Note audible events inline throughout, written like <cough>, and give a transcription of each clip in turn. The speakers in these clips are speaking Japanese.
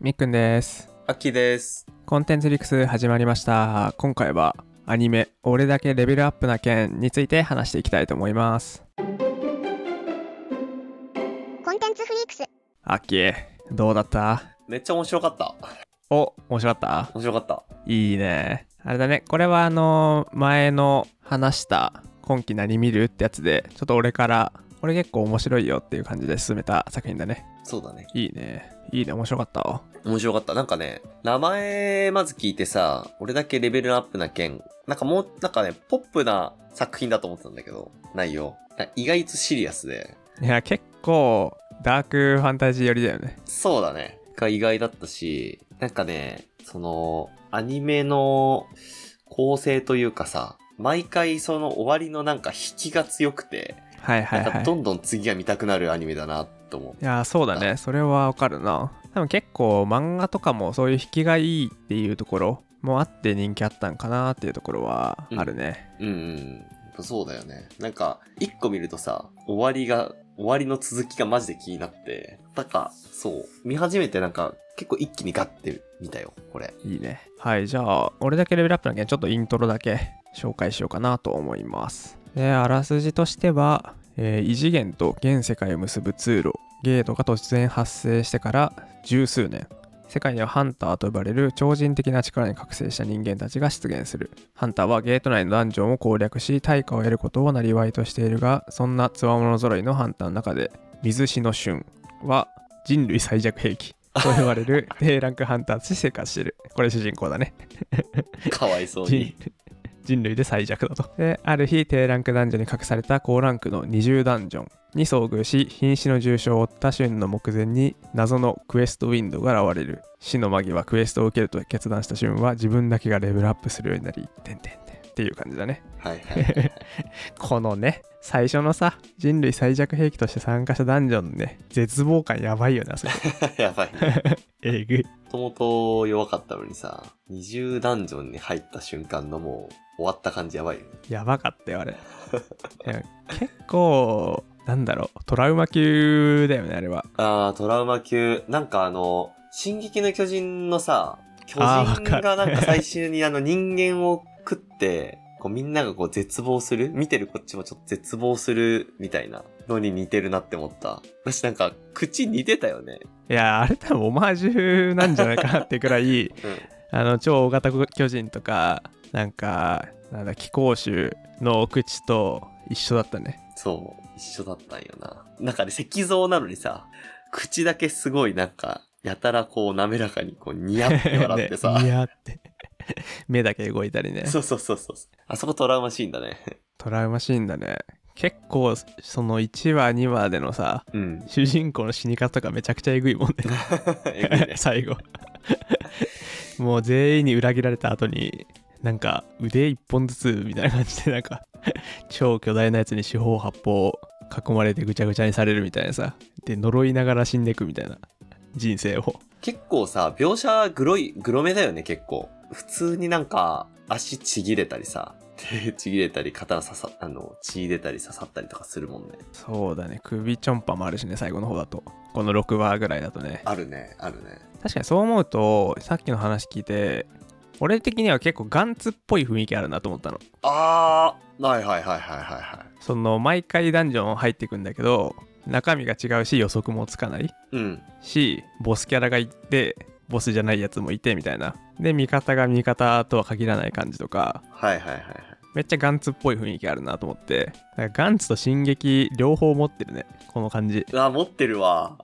みっくんです。秋です。コンテンツリクス始まりました。今回はアニメ「俺だけレベルアップな件」について話していきたいと思います。コンテンツフリークスアッキー、どうだっためっちゃ面白かった。お、面白かっ面白かった。たいいね。あれだね、これはあのー、前の話した今期何見るってやつで、ちょっと俺から、これ結構面白いよっていう感じで進めた作品だね。そうだね。いいね。いいね、面白かったわ。面白かった。なんかね、名前まず聞いてさ、俺だけレベルアップな件、なんかもう、なんかね、ポップな作品だと思ってたんだけど、内容。なんか意外とシリアスで。いや、結構ダークファンタジー寄りだよね。そうだね。が意外だったし、なんかね、その、アニメの構成というかさ、毎回その終わりのなんか引きが強くて、はいはいなんはかい。どんどん次が見たくなるアニメだなと思う。いやーそうだねそれはわかるな多分結構漫画とかもそういう引きがいいっていうところもあって人気あったんかなっていうところはあるね、うんうん。やっぱそうだよね。なんか、一個見るとさ、終わりが、終わりの続きがマジで気になって、なんか、そう、見始めてなんか、結構一気にガッて見たよ、これ。いいねはいじゃあ俺だけレベルアップな件ちょっとイントロだけ紹介しようかなと思いますであらすじとしては、えー異次元と現世界を結ぶ通路ゲートが突然発生してから十数年世界にはハンターと呼ばれる超人的な力に覚醒した人間たちが出現するハンターはゲート内のダンジョンを攻略し対価を得ることを生りとしているがそんな強者揃いのハンターの中で水死の旬は人類最弱兵器と呼ばれる <laughs> 低ランクハンターとして生活しているこれ主人公だねかわいそう人に。人類で最弱だとである日低ランクダンジョンに隠された高ランクの20ダンジョンに遭遇し瀕死の重傷を負ったシュンの目前に謎のクエストウィンドウが現れる死の間際クエストを受けると決断したシュンは自分だけがレベルアップするようになりてんてんてんっていう感じだねはいはいはい。 <laughs> このね最初のさ人類最弱兵器として参加したダンジョンのね絶望感やばいよなそれやばい、ね。えぐいもともと弱かったのにさ、二重ダンジョンに入った瞬間のもう、終わった感じやばいよね。やばかったよあれいや結構なんだろうトラウマ級だよねあれはあー、トラウマ級。なんかあの、進撃の巨人のさ、巨あーわ人かるがなんか最終にあの人間を食って、こうみんながこう絶望する見てるこっちもちょっと絶望するみたいなのに似てるなって思った。私なんか口似てたよね。いやあれ多分オマージュなんじゃないかなってくらい <laughs> うあの超大型巨人とかなんかなんだ気候種の口と一緒だったねん。そう。一緒だったんよな。なんかね、石像なのにさ、口だけすごいなんか、やたらこう滑らかにこうニヤって笑って <laughs> さ。ねいやって目だけ動いたりねそうそうそうそう。あそこトラウマシーンだね。トラウマシーンだね結構その1話2話でのさ <laughs> うん。主人公の死に方とかめちゃくちゃえぐいもんねえぐいね最後もう全員に裏切られた後になんか腕一本ずつみたいな感じでなんか超巨大なやつに四方八方囲まれてぐちゃぐちゃにされるみたいなさで呪いながら死んでいくみたいな人生を結構さ、描写グロい、グロめだよね、結構。普通になんか、足ちぎれたりさ、手 <laughs> ちぎれたり、肩刺さ、あの、血出たり刺さったりとかするもんね。そうだね首ちょんぱもあるしね最後の方だとこの6話ぐらいだとねあるね、あるね。確かにそう思うとさっきの話聞いて俺的には結構ガンツっぽい雰囲気あるなと思ったのあー、はいはいはいはいはいはい。その毎回ダンジョン入っていくんだけど中身が違うし予測もつかないうん。しボスキャラがいてボスじゃないやつもいてみたいなで味方が味方とは限らない感じとかはいはいはいはい。めっちゃガンツっぽい雰囲気あるなと思ってなんかガンツと進撃両方持ってるねこの感じうわ、持ってるわ。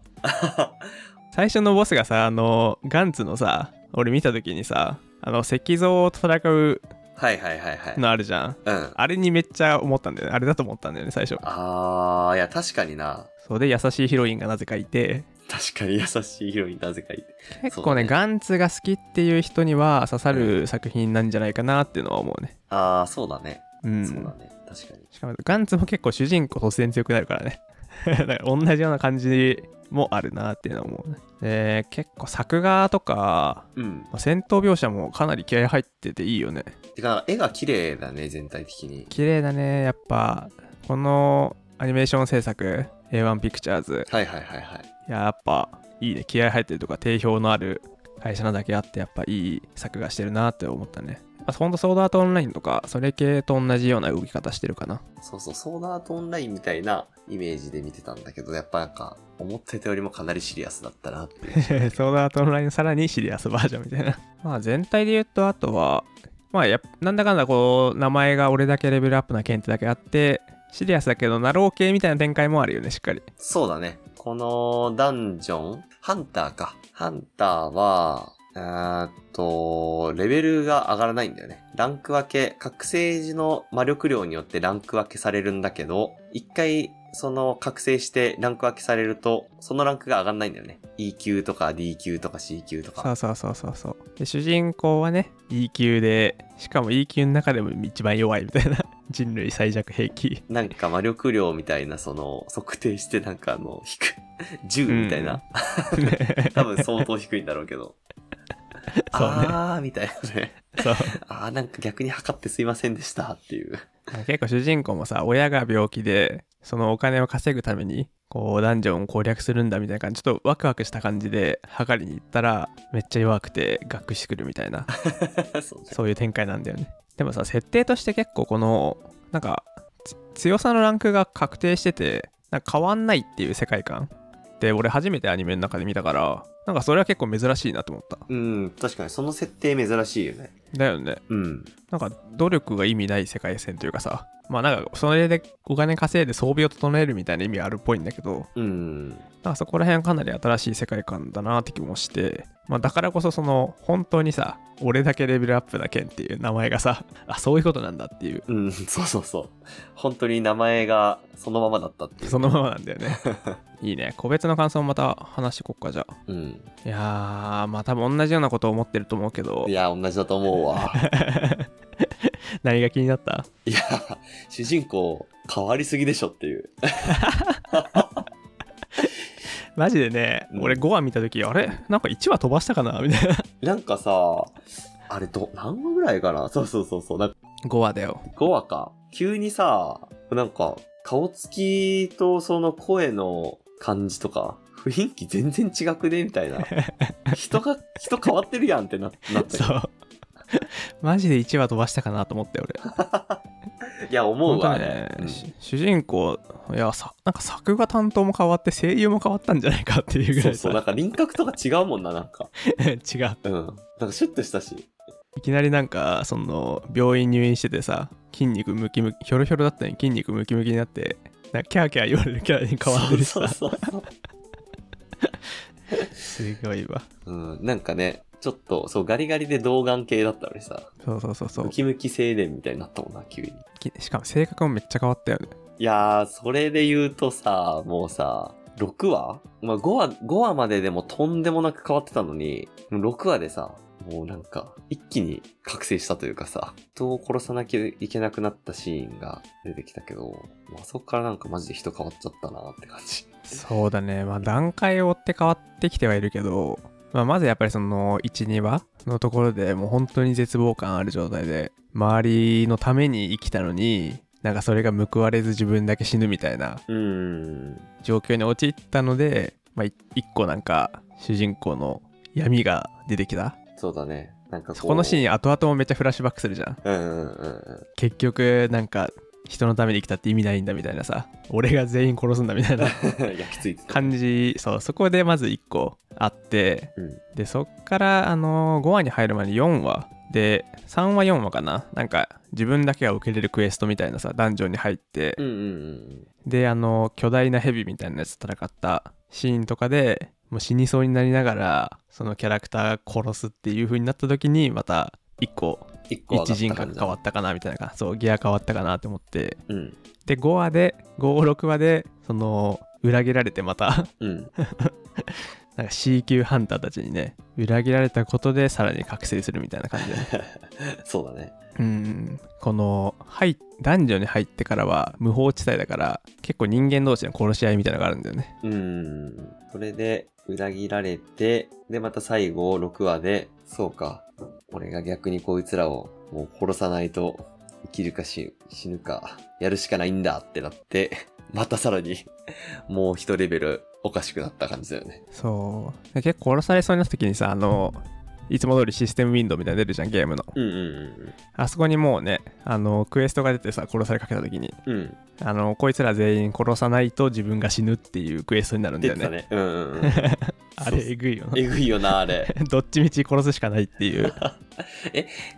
最初のボスがさあのガンツのさ俺見た時にさあの石像と戦うはいはいはいはい。のあるじゃんうん。あれにめっちゃ思ったんだよねあれだと思ったんだよね最初あー、いや、確かにな。そうで優しいヒロインがなぜかいて確かに優しいヒロインなぜかいて。結そ構うだねねガンツが好きっていう人には刺さる作品なんじゃないかなっていうのは思うねあー、そうだね。うんそうだね。確かに。しかもガンツも結構主人公突然強くなるからね <laughs> だから同じような感じもあるなっていうのは思うねで結構作画とかうん。まあ戦闘描写もかなり気合入ってていいよねてか、絵が綺麗だね、全体的に。綺麗だねやっぱこのアニメーション制作 A1 ピクチャーズはいはいはいはい。やっぱいいね気合入ってるとか定評のある会社なだけあってやっぱいい作画してるなって思ったねまあほんとソードアートオンラインとかそれ系と同じような動き方してるかなそうそう、ソーダアートオンラインみたいなイメージで見てたんだけど、やっぱなんか、思ってたよりもかなりシリアスだったなっていう。ソードアートオンラインさらにシリアスバージョンみたいな。まあ全体で言うと、あとは、まあやっなんだかんだこう、名前が俺だけレベルアップな剣ってだけあって、シリアスだけど、ナロー系みたいな展開もあるよね、しっかり。そうだね。このダンジョン、ハンターか。ハンターは、えーっと、レベルが上がらないんだよね。ランク分け、覚醒時の魔力量によってランク分けされるんだけど、一回、その覚醒してランク分けされると、そのランクが上がらないんだよね。E 級とか D 級とか C 級とそかう。そうそうそうそう。で、主人公はね、E 級で、しかも E 級の中でも一番弱いみたいな。 <laughs> 人類最弱兵器。なんか魔力量みたいな、その、測定してなんかあの、低い、 <laughs> 銃みた <laughs> いな。多分相当低いんだろうけど。そうねあーみたいなね。そう。あーなんか逆に測ってすいませんでしたっていう。 <laughs> 結構主人公もさ親が病気でそのお金を稼ぐためにこうダンジョンを攻略するんだみたいな感じちょっとワクワクした感じで測りに行ったらめっちゃ弱くてがっくしてくるみたいなそうねそういう展開なんだよねでもさ設定として結構このなんかつ強さのランクが確定しててなんか変わんないっていう世界観で俺初めてアニメの中で見たからなんかそれは結構珍しいなと思ったうん、確かにその設定珍しいよね。だよねうん。なんか努力が意味ない世界線というかさまあなんかそれでお金稼いで装備を整えるみたいな意味あるっぽいんだけどうん。なんかそこら辺かなり新しい世界観だなって気もして、まあ、だからこそその本当にさ俺だけレベルアップだけんっていう名前がさ <laughs> あそういうことなんだっていううん、 <laughs> そうそうそう。本当に名前がそのままだったっていう。そのままなんだよ <laughs> ねいいね個別の感想また話してこっかじゃあうん。いやーまあ多分同じようなことを思ってると思うけどいや、同じだと思うわ。 <laughs> 何が気になったいや、主人公変わりすぎでしょっていう。マジでね、うん俺5話見た時あれなんか1話飛ばしたかなみたいななんかさ、あれど、何話ぐらいかなそうそうそうそう。なんか5話だよ5話か。急にさ、なんか、顔つきとその声の感じとか、雰囲気全然違くねみた <laughs> いな。人が、人変わってるやんってななったけどそう。マジで1話飛ばしたかなと思って俺。いや、思うわ。本当ねうんし主人公、いや、さなんか作画担当も変わって声優も変わったんじゃないかっていうぐそらういそさう、なんか輪郭とか違うもんな、なんか。 <laughs> 違う。うん。なんかシュッとしたし。いきなりなんか、その、病院入院しててさ、筋肉ムキムキ、ひょろひょろだったのに筋肉ムキムキになって、なんかキャーキャー言われるキャラに変わってるしさ、そうそうそうすごいわ。そう。うん、なんかね、ちょっと、そう、ガリガリで童顔系だったのにさ、そうそうそうそうム。キムキ青年みたいになったもんな、急に。きしかも性格もめっちゃ変わったよね。いやー、それで言うとさ、もうさ、6話まあ、5話、5話まででもとんでもなく変わってたのに、6話でさ、もうなんか、一気に覚醒したというかさ、人を殺さなきゃいけなくなったシーンが出てきたけど、もうあそこからなんかマジで人変わっちゃったなって感じ。そうだね、まあ、段階を追って変わってきてはいるけど、まあ、まずやっぱりその12話のところでもう本当に絶望感ある状態で周りのために生きたのになんかそれが報われず自分だけ死ぬみたいなうーん。状況に陥ったので、まあ、い一個なんか主人公の闇が出てきたそうだね。なんかこう。そこのシン。ーン後々もめっちゃフラッシュバックするじゃんうんうんうんうん。結局なんか人のために生きたって意味ないんだみたいなさ俺が全員殺すんだみたいな <laughs> 焼きついてた。感じそうそこでまず1個あってうん。でそっから、あのー5話に入る前に4話で3話4話かななんか自分だけが受けれるクエストみたいなさダンジョンに入って、うんうんであのー巨大なヘビみたいなやつと戦ったシーンとかでもう死にそうになりながらそのキャラクター殺すっていう風になった時にまた一個うん。一個上がった一人格変わた。ったかなみたいな感じそうギア変わったかなって思ってうん。で5話で56話でその裏切られてまたうん。 <laughs> なんか C 級ハンターたちにね裏切られたことでさらに覚醒するみたいな感じで <laughs> そうだね。うんこの入男女に入ってからは無法地帯だから結構人間同士の殺し合いみたいなのがあるんだよねうーん。それで、裏切られて、で、また最後、6話で、そうか。俺が逆にこいつらを、もう殺さないと、生きるかし死 <laughs> ぬか、やるしかないんだってなって、またさらに、もう一レベルおかしくなった感じだよね。そうで結構殺されそうになった時にさあのいつも通りシステムウィンドウみたいなの出るじゃんゲームのうんうんあそこにもうねあのクエストが出てさ殺されかけた時にうんうん。うん。あのこいつら全員殺さないと自分が死ぬっていうクエストになるんだよ出てたねね。うんうん <laughs> うん。あそれうえぐいよな <laughs> えぐいよな、あれ。どっちみち殺すしかないっていう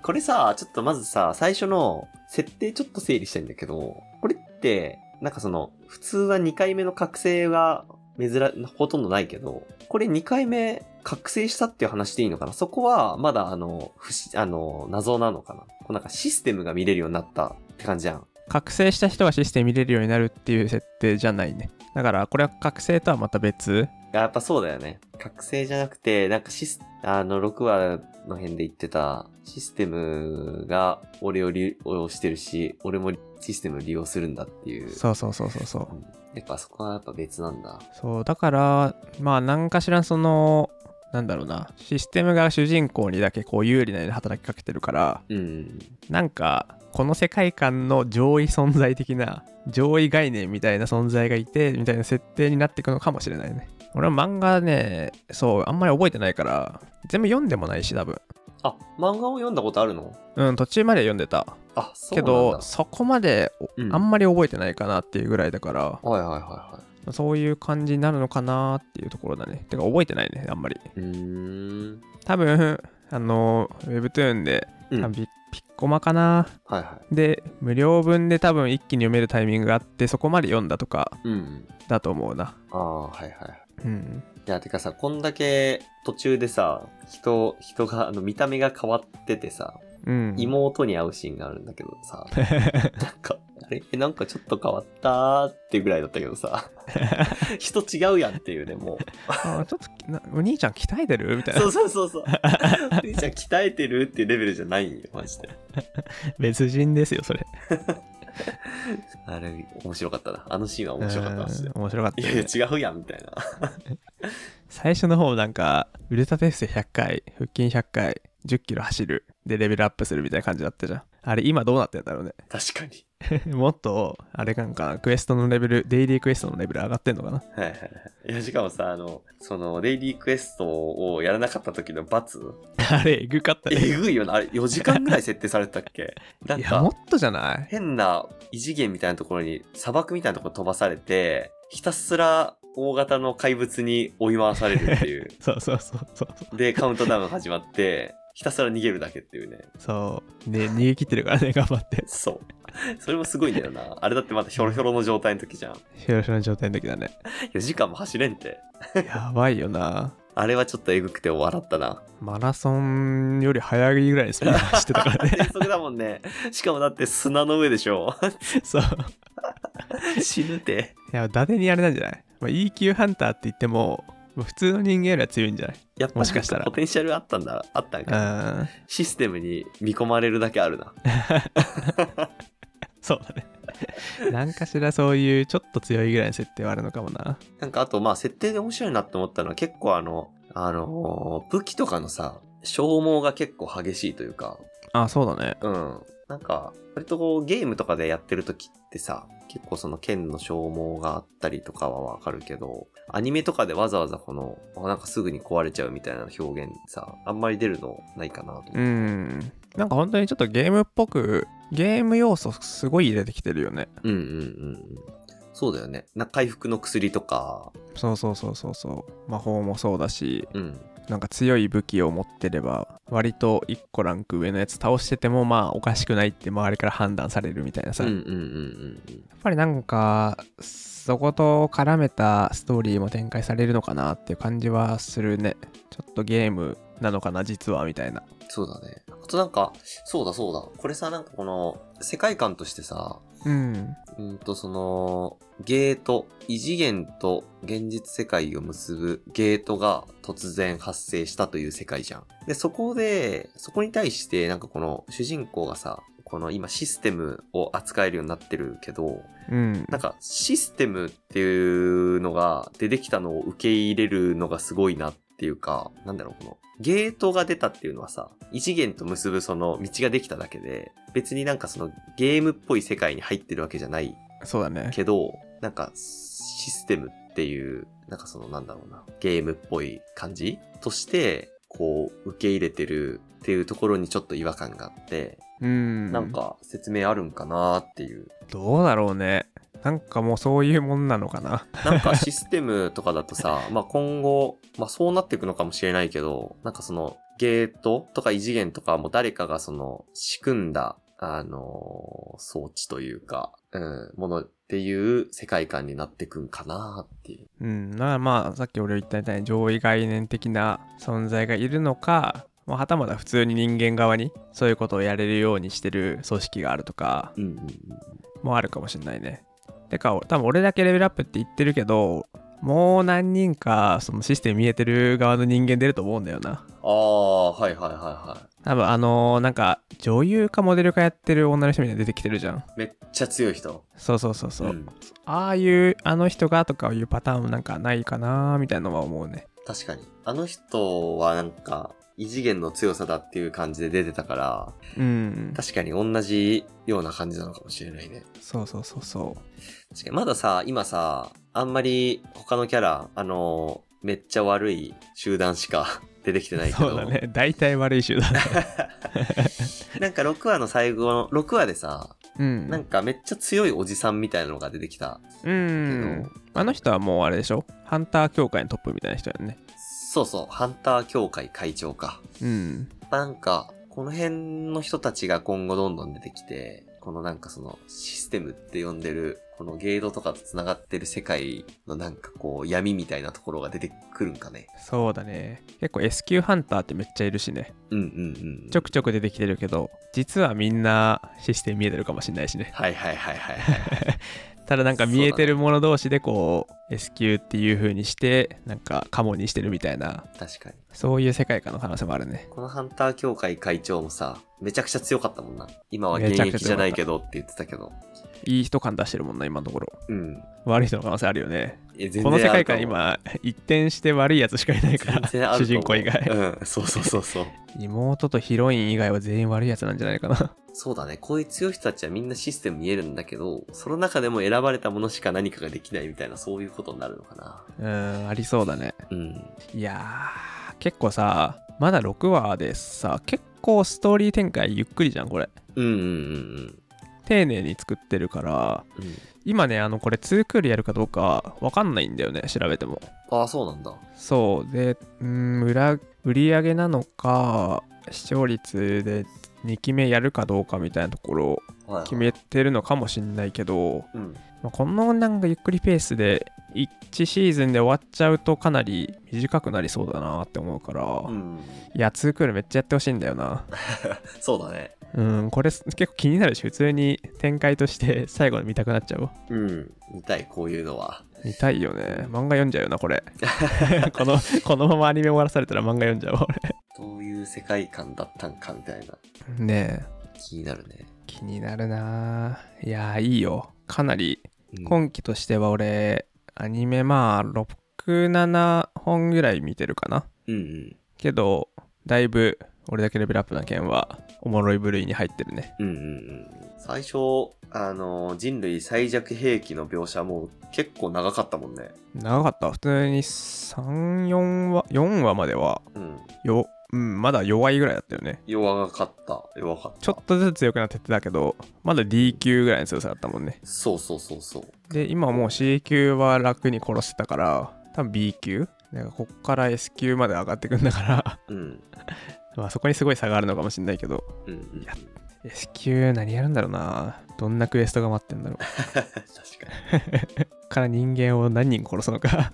これさ、ちょっとまずさ、最初の設定ちょっと整理したいんだけど、これって、なんかその、普通は2回目の覚醒が珍、ほとんどないけど、これ2回目覚醒したっていう話でいいのかなそこは、まだあの、不思あの、謎なのかなこうなんかシステムが見れるようになったって感じじゃん。覚醒した人がシステム見れるようになるっていう設定じゃないねだからこれは覚醒とはまた別やっぱそうだよね。覚醒じゃなくて、なんかシス、あの、6話の辺で言ってた、システムが俺を利用してるし、俺もシステムを利用するんだっていう。そうそうそうそうそううんやっぱそこはやっぱ別なんだ。そうだからまあ何かしらそのなんだろうなシステムが主人公にだけこう有利なように働きかけてるからうん。なんかこの世界観の上位存在的な上位概念みたいな存在がいてみたいな設定になっていくのかもしれないね俺は漫画ねそうあんまり覚えてないから全部読んでもないし多分あ、漫画を読んだことあるのうん途中まで読んでたあ、そけうなんだ。どそこまでおうんあんまり覚えてないかなっていうぐらいだから、はいはいはそういう感じになるのかなっていうところだねてか覚えてないねあんまりいはい。うーん。多分 <laughs> あの Webtoon で、うん多分ピピッコマかなはいはで無料分で多分一気に読めるタイミングがあってそこまで読んだとかい。うん。だと思うなああ、はいはい。うんいや、てかさ、こんだけ途中でさ、人、人が、あの、見た目が変わっててさ、うん妹に会うシーンがあるんだけど <laughs> さ、なんか、あれえなんかちょっと変わったーっていうぐらいだったけど <laughs> さ、人違うやんっていうね、もう。あちょっとなお兄ちゃん鍛えてるみたいなそうそう <laughs> そうそう。じゃ鍛えてるっていうレベルじゃないんよ、マジで。別人ですよそれあれ、面白かったな。あのシーンは面白かった、マジでうん。面白かったいやよいねや、違うやん、みたいな。最初の方なんかウルトラテスト100回腹筋100回1 0キロ走るでレベルアップするみたいな感じだったじゃんあれ今どうなってんだろうね <laughs> 確かに。もっとあれなんかクエストのレベルデイリークエストのレベル上がってんのかな <laughs> はいはいはい。いや、しかもさ、あの、その、デイリークエストをやらなかった時の罰、あれ、えぐかったね。えぐいよな。あれ、4時間ぐらい設定されてたっけ <laughs> なんいや、もかっ、とじゃない変な異次元みたいなところに、砂漠みたいなところ飛ばされて、ひたすら大型の怪物に追い回されるっ <laughs> ていう。そうそうそうそう。で、カウントダウン始まって、ひたすら逃げるだけっていうね。そう。ね、逃げ切ってるからね、 <laughs> 頑張って。そう。それもすごいんだよな。あれだってまだひょろひょろの状態の時じゃん。ひょろひょろの状態の時だね。 4時間も走れんって。やばいよな。あれはちょっとえぐくて笑ったな。マラソンより速いぐらいのスピード走ってたからね。全速だもんね。しかもだって砂の上でしょ。 <laughs> そう。死ぬて。いや、伊達にあれなんじゃない、まあ、?E 級ハンターって言っても、まあ普通の人間よりは強いんじゃやっぱもしかしたらポテンシャルあったんだ。あったんか。ないうん。システムに見込まれるだけあるな。そうだね。 <laughs> なんかしらそういうちょっと強いぐらいの設定はあるのかもな。なんかあとまあ設定で面白いなって思ったのは結構あの、あのー武器とかのさ、消耗が結構激しいというか、あ、そうだね。うん。なんか、割とこうゲームとかでやってる時ってさ、結構その剣の消耗があったりとかはわかるけど、アニメとかでわざわざこの、あなんかすぐに壊れちゃうみたいな表現さ、あんまり出るのないかなと思って。うん。なんか本当にちょっとゲームっぽく、ゲーム要素すごい入れてきてるよね。うんうんうんうん。そうだよね。な回復の薬とか、そうそうそうそうそう魔法もそうだしうん。なんか強い武器を持ってれば割と1個ランク上のやつ倒しててもまあおかしくないって周りから判断されるみたいなうさ、んうんうんやうんうん。っぱりなんかそこと絡めたストーリーも展開されるのかなっていう感じはするねちょっとゲームなのかな実はみたいなそうだね。あとなんか、そうだそうだ。これさ、なんかこの、世界観としてさ、うんうんと、その、ゲート、異次元と現実世界を結ぶゲートが突然発生したという世界じゃん。で、そこで、そこに対して、なんかこの主人公がさ、この今システムを扱えるようになってるけど、うんなんかシステムっていうのが出てきたのを受け入れるのがすごいなっていうか、なんだろう、このゲートが出たっていうのはさ、異次元と結ぶその道ができただけで、別になんかそのゲームっぽい世界に入ってるわけじゃないそうだねけど、なんかシステムっていうなんかそのなんだろうな、ゲームっぽい感じとして、こう、受け入れてるっていうところにちょっと違和感があって、うんなんか説明あるんかなっていう。どうだろうねなんかもうそういうもんなのかななんかシステムとかだと <laughs> さ、まあ今後、まあそうなっていくのかもしれないけど、なんかそのゲートとか異次元とかも誰かがその仕組んだ、あのー装置というか、うん、ものっていう世界観になってくんかなっていう。うんならまあさっき俺言ったみたいに上位概念的な存在がいるのかまあはたまた普通に人間側にそういうことをやれるようにしてる組織があるとかうんうんうん。もあるかもしれないね。てか多分俺だけレベルアップって言ってるけどもう何人かそのシステム見えてる側の人間出ると思うんだよな。ああ、はいはいはいは多分あのーなんか女優かモデルかやってる女の人みたいなの出てきてるじゃん。い。めっちゃ強い人。そうそうそうそう。ん、ああいうあの人がとかいうパターンもなんかないかなーみたいなのは思うね。確かに。あの人はなんか、異次元の強さだっていう感じで出てたから、うん。確かに同じような感じなのかもしれないね。そうそうそうそ確かにまださ、今さ、あんまり他のキャラ、あの、めっちゃ悪い集団しか <laughs> 出てきてなう。いけど。そうだね。大体悪い集 <laughs> 団だ。なんか6話の最後の、6話でさ、うん。なんかめっちゃ強いおじさんみたいなのが出てきたうけど、ん。あの人はもうあれでしょハンター協会のトップみたいな人やんね。そうそう、ハンター協会会長か。うん。なんか、この辺の人たちが今後どんどん出てきて、このなんかそのシステムって呼んでる、このゲードとかと繋がってる世界のなんかこう闇みたいなところが出てくるんかね。そうだね結構 S 級ハンターってめっちゃいるしねうんうんうん。ちょくちょく出てきてるけど実はみんなシステム見えてるかもしれない <laughs> しねはいはいはいはいはい。ただなんか見えてるもの同士でこう S 級っていう風にしてなんかカモにしてるみたいな <laughs> 確かに。そういう世界観の可能性もあるねこのハンター協会会長もさ、めちゃくちゃ強かったもんな。今は現めちゃく役ちゃじ強かっゃたないけどって言ってたけど。いい人感出してるもんな今のところうん。悪い人の可能性あるよねえ全この世ある界と観思う今一転して悪いやつしかいないか全ら然あると思主人う公以 <laughs> 外うん、そうそうそうそう。妹とヒロイン以外は全員悪いやつなんじゃないかなそうだね。こういう強い人たちはみんなシステム見えるんだけど、その中でも選ばれたものしか何かができないみたいな、そういうことになるのかな。うんありそうだねうん。いやー結構さまだ6話でさ結構ストーリー展開ゆっくりじゃんこれうんうんうん丁寧に作ってるからうん。うん、今ねあのこれ2クールやるかどうかわかんないんだよね調べてもああ、そうなんだ。そうでうーん裏売り上げなのか視聴率で2期目やるかどうかみたいなところをはい、決めてるのかもしんないけど、うん。まあ、このなんかゆっくりペースで1シーズンで終わっちゃうとかなり短くなりそうだなって思うから、うん。いや、2クールめっちゃやってほしいんだよな。そうだね。うん、これ結構気になるし、普通に展開として <laughs> 最後の見たくなっちゃうわ。うん。見たい、こういうのは。見たいよね。漫画読んじゃうよな、こ <laughs> れ。この、このままアニメ終わらされたら漫画読んじゃうわ、どういう世界観だったんかみたいな。俺。ねえ、気になるね。気になるないやー、いいよ。かなり、うん今期としては俺、アニメまあ、6、7本ぐらい見てるかな。うんうん。けど、だいぶ、俺だけレベルアップな件は、おもろい部類に入ってるね。うんうんうん。最初、あの、人類最弱兵器の描写も結構長かったもんね。長かった普通に34話4話まではうん。よ、うん、まだ弱いぐらいだったよね弱かった。弱かった。ちょっとずつ強くなってってたけどまだ D 級ぐらいの強さだったもんねそうそうそうそう。で今もう C 級は楽に殺してたから多分 B 級だからこっから S 級まで上がってくんだから <laughs> うん。まあそこにすごい差があるのかもしんないけどうんうん、や S 級何やるんだろうなどんなクエストが待ってんだろう確かに。から人間を何人殺すのか確か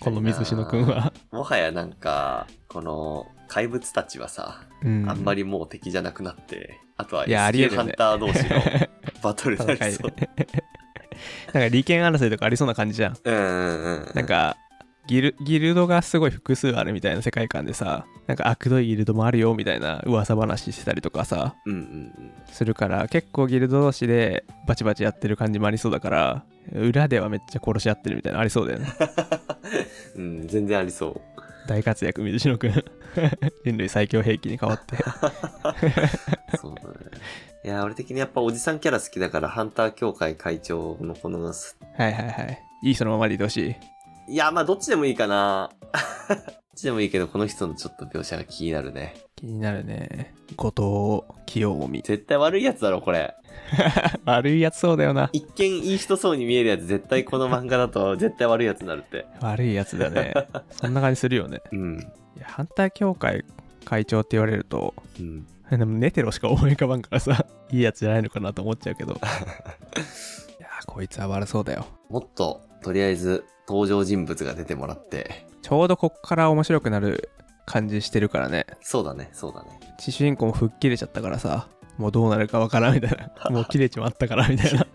<laughs> こに。の水篠くん。はもはやなんか、この怪物たちはさ、うんあんまりもう敵じゃなくなって、あとはいやありえ S 級るよハねンター同士 <laughs> のバトルになり戦いそう。 <laughs> なんか利権争いとかありそうな感じじゃんうんうんうんうん。なんかギルギルドがすごい複数あるみたいな世界観でさなんか悪どいギルドもあるよみたいな噂話してたりとかさうんうんうん。するから結構ギルド同士でバチバチやってる感じもありそうだから裏ではめっちゃ殺し合ってるみたいなのありそうだよ <laughs> ねうん、全然ありそう。大活躍水篠くん <laughs> 人類最強兵器に変わってそうだね。いや、俺的にやっぱおじさんキャラ好きだから、ハンター協会会長のこの、はいはいはいいいそのままでいてほしいいや、まあ、どっちでもいいかな。 <laughs> どっちでもいいけど、この人のちょっと描写が気になるね。気になるね後藤清臣絶対悪いやつだろ、これ。 <laughs> 悪いやつそうだよな一見いい人そうに見えるやつ、絶対この漫画だと、絶対悪いやつになるって。悪いやつだねそんな感じするよねうん。いや反対協会会長って言われるとうん。 <laughs> でもネテロしか思い浮かばんからさいいやつじゃないのかなと思っちゃうけどいやーこいつは悪そうだよもっと、とりあえず、登場人物が出てもらって。ちょうどこっから面白くなる感じしてるからねそうだね、そうだね。主人公も吹っ切れちゃったからさもうどうなるかわからんみたいなもう切れちまったからみたいな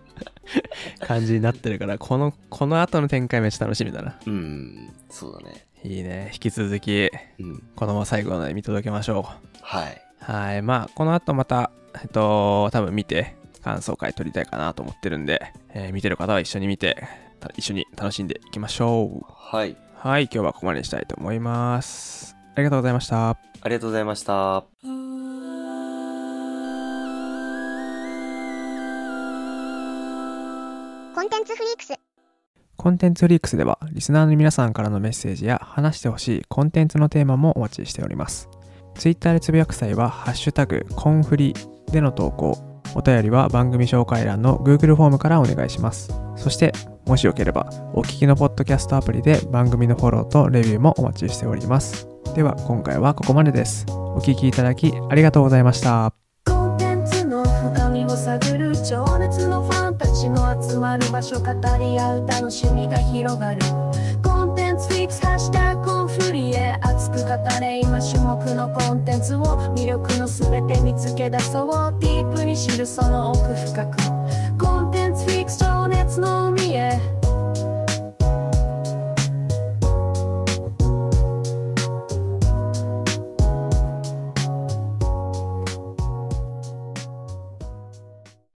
感じになってるからこのこの後の展開めっちゃ楽しみだなうん。そうだね。いいね引き続きうん。このまま最後まで見届けましょうはい。はいまあこの後またえっと多分見て感想会撮りたいかなと思ってるんで、えー見てる方は一緒に見てた一緒に楽しんでいきましょうはい。はい今日はここまでにしたいと思いますありがとうございましたありがとうございました。コンテンツフリークスコンテンツフリークスではリスナーの皆さんからのメッセージや話してほしいコンテンツのテーマもお待ちしております。ツイッターでつぶやく際は「ハッシュタグコンフリ」での投稿、お便りは番組紹介欄の Google フォームからお願いします。そして、もしよければお聞きのポッドキャストアプリで番組のフォローとレビューもお待ちしております。では今回はここまでです。お聞きいただきありがとうございました。コンテンツの深みを探る情熱のファンたちの集まる場所語り合う楽しみが広がるコンテンツフィックスハッシュタグコンフリへ熱く語れ今種目のコンテンツを魅力のすべて見つけ出そうディープに知るその奥深くコンテンツフィックス情熱の海へ